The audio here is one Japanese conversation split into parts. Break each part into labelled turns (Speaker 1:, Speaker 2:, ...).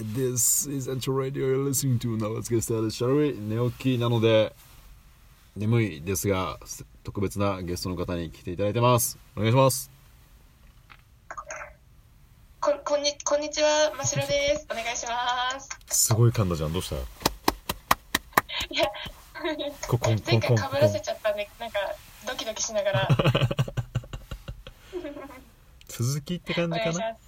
Speaker 1: This is Anchor Radio you're listening to. Now let's get started, shall we? 寝起きなので、眠いですが、特別なゲストの方に来ていただいてます。お願いします。
Speaker 2: こんこんにこんにちは、ましろです。お願いします。
Speaker 1: すごい噛んだじゃん。どうした
Speaker 2: いや、
Speaker 1: ここん
Speaker 2: 前回かぶらせちゃったんで、なんかドキドキしながら
Speaker 1: 続きって感
Speaker 2: お
Speaker 1: じ
Speaker 2: 願
Speaker 1: か
Speaker 2: いし
Speaker 1: な
Speaker 2: ます。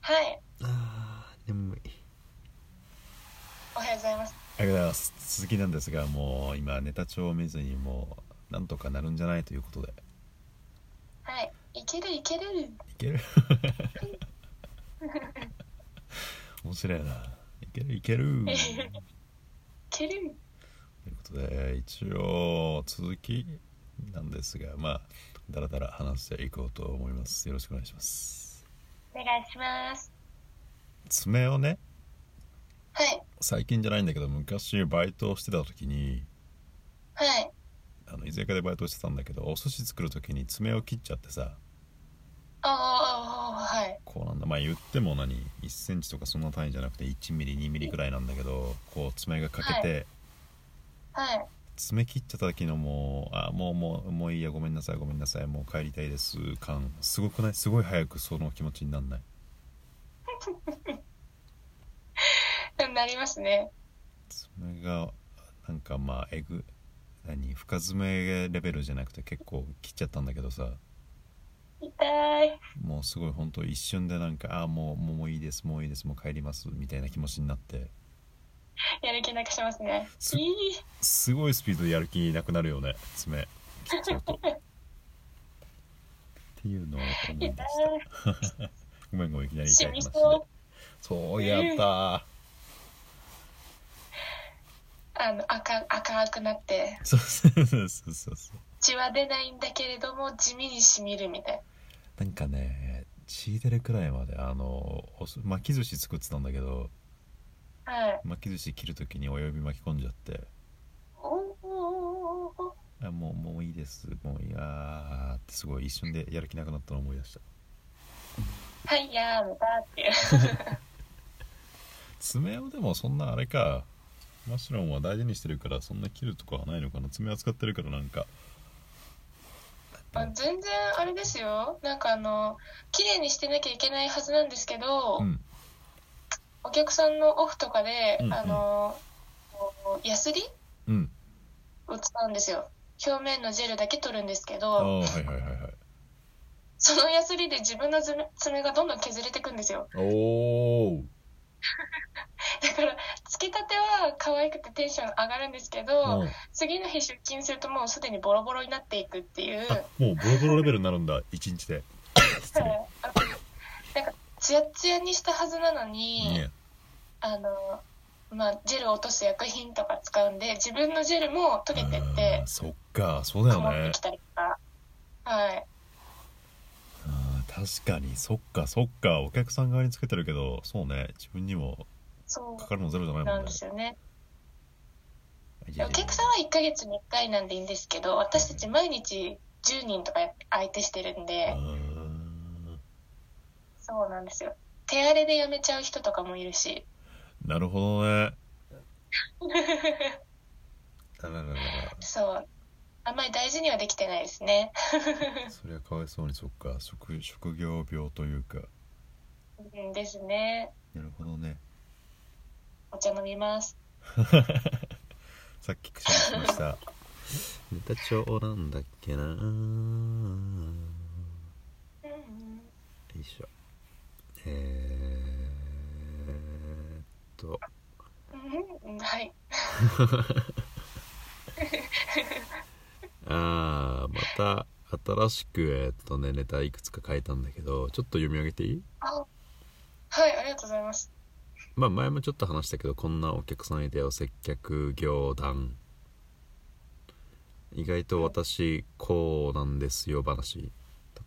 Speaker 2: はい、
Speaker 1: あー眠い。
Speaker 2: おはようございます。
Speaker 1: ありがとうございます。続きなんですが、もう今ネタ帳を見ずに、もうなんとかなるんじゃないということで。
Speaker 2: はい、いけるいける。
Speaker 1: いけ る面白いな。いけるいけ る。と
Speaker 2: い
Speaker 1: いう
Speaker 2: ける。
Speaker 1: ことで、一応続きなんですが、まあ、だらだら話していこうと思います。よろしくお願いします。
Speaker 2: お願いします。
Speaker 1: 爪をね、
Speaker 2: はい、
Speaker 1: 最近じゃないんだけど、昔バイトをしてた時に、
Speaker 2: はい、
Speaker 1: あの居酒屋でバイトしてたんだけどお寿司作る時に爪を切っちゃってさ
Speaker 2: ああ、はい、
Speaker 1: こうなんだまあ言っても何1センチとかそんな単位じゃなくて1ミリ2ミリくらいなんだけどこう爪が欠けて、
Speaker 2: はい、
Speaker 1: 爪切っちゃった時のもうあもうもうもういいやごめんなさいごめんなさいもう帰りたいです感すごくないすごい早くその気持ちになんない
Speaker 2: うんなりますね。
Speaker 1: 爪がなんかまあえぐ何深爪レベルじゃなくて結構切っちゃったんだけどさ
Speaker 2: 痛い。
Speaker 1: もうすごい本当一瞬でなんかあもうもうもういいですもういいですもう帰りますみたいな気持ちになって
Speaker 2: やる気なくしますね。
Speaker 1: す
Speaker 2: いい。
Speaker 1: すごいスピードでやる気なくなるよね爪切っちゃうと っていうのを思い出し
Speaker 2: 痛い。
Speaker 1: た ごめんごめんいきなり痛
Speaker 2: 死
Speaker 1: い
Speaker 2: に
Speaker 1: 話で
Speaker 2: そう。
Speaker 1: そうやったー
Speaker 2: あの赤赤くなって
Speaker 1: そうそうそうそうそう
Speaker 2: 血は出ないんだけれども地味にしみるみたいな。
Speaker 1: なんかね血出るくらいまであのおす巻き寿司作ってたんだけど
Speaker 2: はい。
Speaker 1: 巻き寿司切る時に親指巻き込んじゃって
Speaker 2: おお
Speaker 1: 「
Speaker 2: ー。
Speaker 1: あもうもういいですもういいや」ってすごい一瞬でやる気なくなったのを思い出した
Speaker 2: はい、やめたっていう。
Speaker 1: 爪をでもそんなあれかマシロンは大事にしてるからそんな切るとかはないのかな爪扱ってるからなんか
Speaker 2: あ全然あれですよ。なんかあの、綺麗にしてなきゃいけないはずなんですけど、
Speaker 1: うん
Speaker 2: お客さんのオフとかで、
Speaker 1: うんうん
Speaker 2: あの、こうヤスリ
Speaker 1: うん
Speaker 2: を使うんですよ。表面のジェルだけ取るんですけ
Speaker 1: ああ
Speaker 2: ど、
Speaker 1: はいはいはいはい
Speaker 2: そのヤスリで自分の爪爪がどんどん削れてくんですよ。
Speaker 1: おお
Speaker 2: だから、つけたては可愛くてテンション上がるんですけど、次の日出勤するともうすでにボロボロになっていくっていう。
Speaker 1: あもうボロボロレベルになるんだ一日で失
Speaker 2: はい
Speaker 1: 礼
Speaker 2: あなんかツヤツヤにしたはずなのに、
Speaker 1: ね
Speaker 2: あのまあジェルを落とす薬品とか使うんで自分のジェルも溶けてって
Speaker 1: あーそっかそうだ
Speaker 2: こ
Speaker 1: よ
Speaker 2: もっ
Speaker 1: ね
Speaker 2: てきたりとか、はい
Speaker 1: あー確かにそっかそっかお客さん側につけてるけどそうね自分にも
Speaker 2: そ
Speaker 1: かかるのゼロじゃな
Speaker 2: う
Speaker 1: い
Speaker 2: な
Speaker 1: もん
Speaker 2: ん
Speaker 1: ね
Speaker 2: ですよね
Speaker 1: いやいやいや
Speaker 2: お客さんは1ヶ月に1回なんでいいんですけど私たち毎日10人とか相手してるんで
Speaker 1: あ
Speaker 2: そうなんですよ手荒れでやめちゃう人とかもいるし
Speaker 1: ーなるほどねあららら
Speaker 2: そうあんまり大事にはできてないですね
Speaker 1: らそりゃかわいそうにそっか職職業病というか
Speaker 2: うんですね
Speaker 1: なるほどね
Speaker 2: お茶飲みます
Speaker 1: さっきくしゃみしましたネタ帳なんだっけな
Speaker 2: うんうん
Speaker 1: よいしょえーっと
Speaker 2: うんはい。
Speaker 1: ああまた新しくえーっとねネタいくつか書いたんだけどちょっと読み上げていい
Speaker 2: あ、はい、ありがとうございます。
Speaker 1: まあ前もちょっと話したけどこんなお客さんいたよ接客業団意外と私こうなんですよ話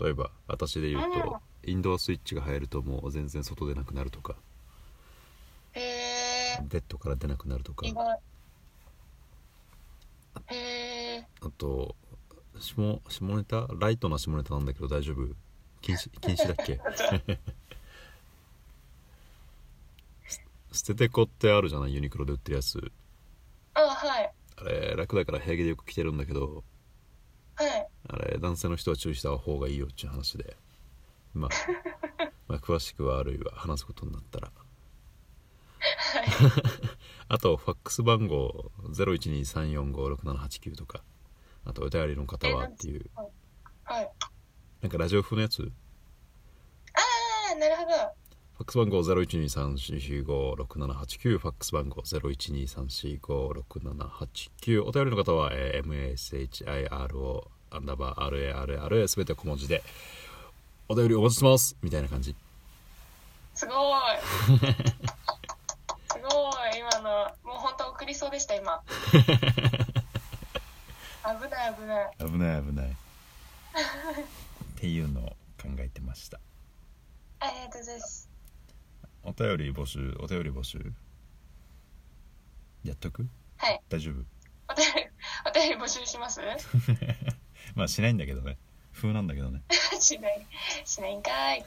Speaker 1: 例えば私で言うとインドアスイッチが入るともう全然外出なくなるとか
Speaker 2: へえ、
Speaker 1: ベッドから出なくなるとか
Speaker 2: 意外。へえ、
Speaker 1: あと下下ネタライトな下ネタなんだけど大丈 夫禁止禁止だっけ
Speaker 2: ちょっと
Speaker 1: 捨ててこってあるじゃないユニクロで売ってるやつ
Speaker 2: あはい
Speaker 1: あれ楽だから部屋着でよく着てるんだけど
Speaker 2: はい
Speaker 1: あれ男性の人は注意した方がいいよっていう話で、まあ、まあ詳しくはあるいは話すことになったら あとファックス番号0123456789とかあとお便りの方はっていう
Speaker 2: はい
Speaker 1: なんかラジオ風のやつフ
Speaker 2: ああなるほど
Speaker 1: ァックス番号0123456789ファックス番号0123456789お便りの方は、えー MSHIRO アンダーバー RARRA すべて小文字でお便りお待ちしてますみたいな感じ
Speaker 2: すごいすごい今のもう本当送りそうでした今危ない危ない
Speaker 1: 危ない危ないっていうのを考えてました
Speaker 2: ありがとうございます
Speaker 1: お便り募集お便り募集やっとく
Speaker 2: はい
Speaker 1: 大丈夫
Speaker 2: お便りお便り募集します
Speaker 1: まあしないんだけどね風なんだけどね
Speaker 2: しないしないんかい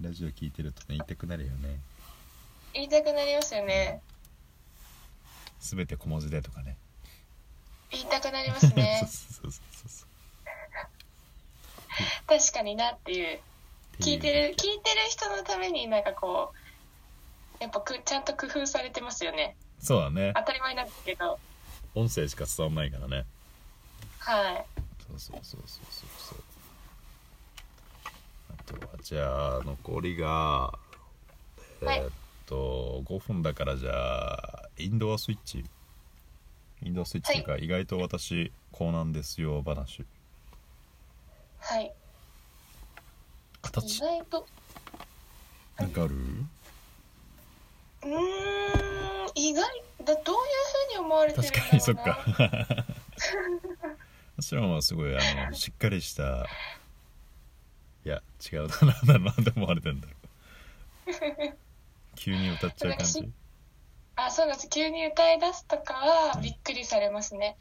Speaker 1: ラジオ聞いてるとね言いたくなるよね
Speaker 2: 言いたくなりますよね
Speaker 1: すべて小文字でとかね
Speaker 2: 言いたくなります ね
Speaker 1: そうそうそうそう
Speaker 2: 確かになっていう
Speaker 1: って
Speaker 2: 聞
Speaker 1: いう
Speaker 2: いてる聞いてる人のためになんかこうやっぱくちゃんと工夫されてますよね
Speaker 1: そうだね
Speaker 2: 当たり前なんですけど
Speaker 1: 音声しか伝わんないからね
Speaker 2: はい
Speaker 1: そうそうそうそうそうそうあとはじゃあ残りがえ
Speaker 2: はい
Speaker 1: ーっと、5分だからじゃあインドアスイッチインドアスイッチっていうか、意外と私こうなんですよ話
Speaker 2: はい意
Speaker 1: 形
Speaker 2: 外と
Speaker 1: なんかある
Speaker 2: うーん意外だどういうふうに思われてるん
Speaker 1: 確
Speaker 2: だろう
Speaker 1: か
Speaker 2: な
Speaker 1: にそっかシロンはすごいあのしっかりしたいや違うななんだなんで思われてんだろう急に歌っちゃう感じ
Speaker 2: あそうなんです急に歌い出すとかはびっくりされますね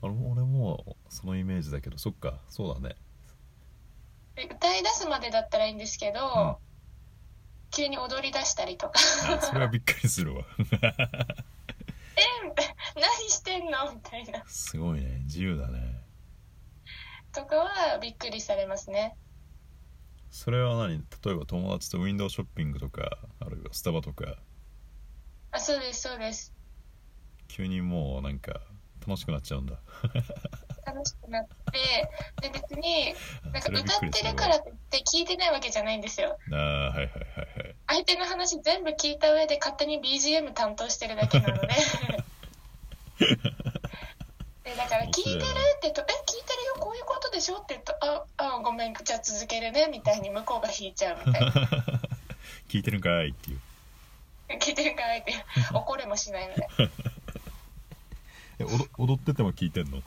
Speaker 1: あれ俺もそのイメージだけどそっかそうだね
Speaker 2: で歌い出すまでだったらいいんですけど、
Speaker 1: ん
Speaker 2: 急に踊り出したりとか
Speaker 1: あそれはびっくりするわ
Speaker 2: えみたいな何してんのみたいな
Speaker 1: すごいね自由だね
Speaker 2: とかはびっくりされますね
Speaker 1: それは何例えば友達とウィンドウショッピングとかあるいはスタバとか
Speaker 2: あそうですそうです
Speaker 1: 急にもうなんか楽しくなっちゃうんだ
Speaker 2: 楽しくなってで別になんか
Speaker 1: それはび
Speaker 2: 歌
Speaker 1: く
Speaker 2: っ
Speaker 1: りす
Speaker 2: て
Speaker 1: るわ
Speaker 2: るからって聞いてないわけじゃないんですよ
Speaker 1: ああはいはいはいはい
Speaker 2: 相手の話全部聞いた上で勝手に BGM 担当してるだけな のででだから「聞いてる」って言うと「え聞いてるよこういうことでしょ」って言うと「ああごめんじゃあ続けるね」みたいに向こうが引いちゃうみた いな
Speaker 1: 聞いてるんかいっていう
Speaker 2: 聞いてるからって怒れもしないので
Speaker 1: え踊踊ってても聞いてんの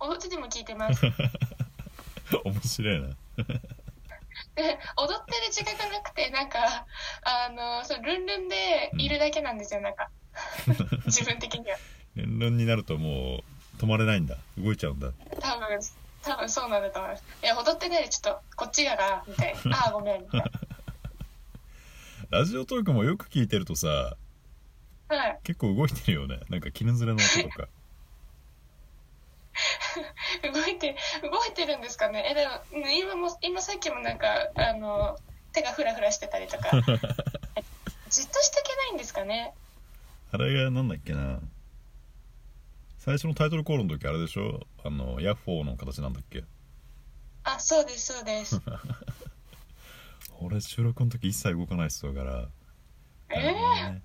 Speaker 2: 踊ってても聞いてますで
Speaker 1: 面白いな
Speaker 2: 踊ってる時間がなくてなんかあのそうルンルンでいるだけなんですよなんか自分的には
Speaker 1: 言論になるともう止まれないんだ動いちゃうんだ
Speaker 2: 多分多分そうなんだと思いますいや踊ってないでちょっとこっちがなみたいなああごめんみたいな
Speaker 1: ラジオトークもよく聞いてるとさ
Speaker 2: はい、
Speaker 1: 結構動いてるよねなんか絹ずれの音と か
Speaker 2: 動いて動いてるんですかねえでもうん今も今さっきもなんかあの手がフラフラしてたりとかじっとしていけないんですかね
Speaker 1: あれがなんだっけな最初のタイトルコールの時あれでしょあのヤッホーの形なんだっけ
Speaker 2: あそうですそうです
Speaker 1: 俺収録の時一切動かない人だからあれ
Speaker 2: えー、
Speaker 1: ね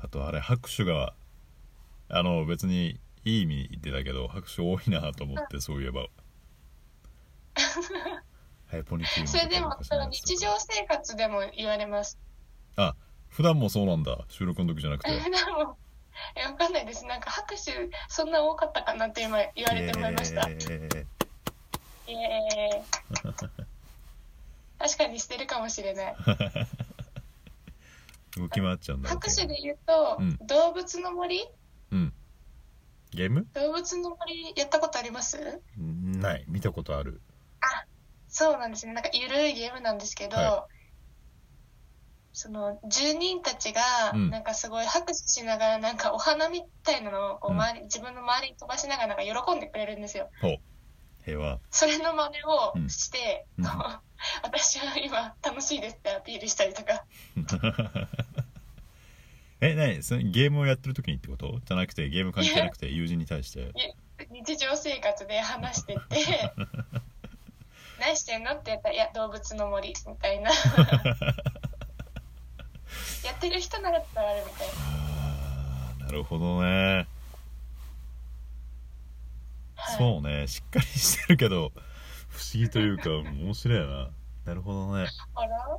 Speaker 1: あとあれ拍手があの別にいい意味でだけど拍手多いなと思ってそういえばハイポニティ
Speaker 2: それでも
Speaker 1: 昔
Speaker 2: そ
Speaker 1: のや
Speaker 2: の
Speaker 1: つとか
Speaker 2: 日常生活でも言われます
Speaker 1: あ普段もそうなんだ収録の時じゃなく て
Speaker 2: えでもえわかんないですなんか拍手そんな多かったかなって今言われて思いました、
Speaker 1: え
Speaker 2: イエーイ 確かにしてるかもし れない
Speaker 1: ー動き回っちゃうんだ
Speaker 2: 拍手で言うと、
Speaker 1: うん
Speaker 2: 動物の森
Speaker 1: うんゲーム
Speaker 2: 動物の森やったことあります
Speaker 1: ない見たことある
Speaker 2: そうなんですねなんかゆるいゲームなんですけど、
Speaker 1: は
Speaker 2: その住人たちが
Speaker 1: うん
Speaker 2: なんかすごい拍手しながらなんかお花みたいなのをこう
Speaker 1: うん
Speaker 2: 周り、自分の周りに飛ばしながらなんか喜んでくれるんですよ
Speaker 1: ほう平和
Speaker 2: それの真似
Speaker 1: うん
Speaker 2: をして、
Speaker 1: うん
Speaker 2: 私は今楽しいですってアピールしたりとか
Speaker 1: え何それゲームをやってる時にってことじゃなくてゲーム関係なくて友人に対して
Speaker 2: 日常生活で話して て何してんのって言ったら「いや動物の森」みた いなやってる人なら伝わるみたいな
Speaker 1: あーなるほどね、
Speaker 2: はい
Speaker 1: そうねしっかりしてるけど不思議というか面白いななるほどね
Speaker 2: あら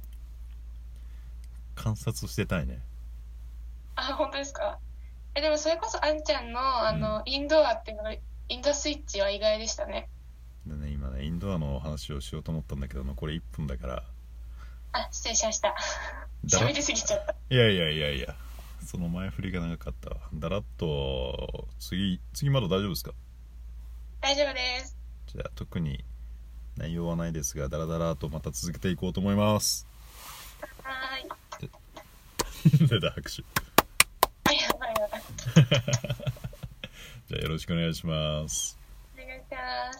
Speaker 1: 観察してたいね
Speaker 2: あ本当ですかえでもそれこそあんちゃんのあの、インドアっていうのがインドアスイッチは意外でしたね
Speaker 1: でね今ねインドアの話をしようと思ったんだけど残り1分だから
Speaker 2: あ失礼しました
Speaker 1: だら
Speaker 2: 喋りすぎちゃった
Speaker 1: いやいやいやいやその前振りが長かったわだらっと次次まだ大丈夫ですか
Speaker 2: 大丈夫です
Speaker 1: じゃあ特に内容はないですがダラダラとまた続けていこうと思います
Speaker 2: はーい
Speaker 1: でだ拍手
Speaker 2: あやばいやばい
Speaker 1: じゃあよろしくお願いします
Speaker 2: お願いします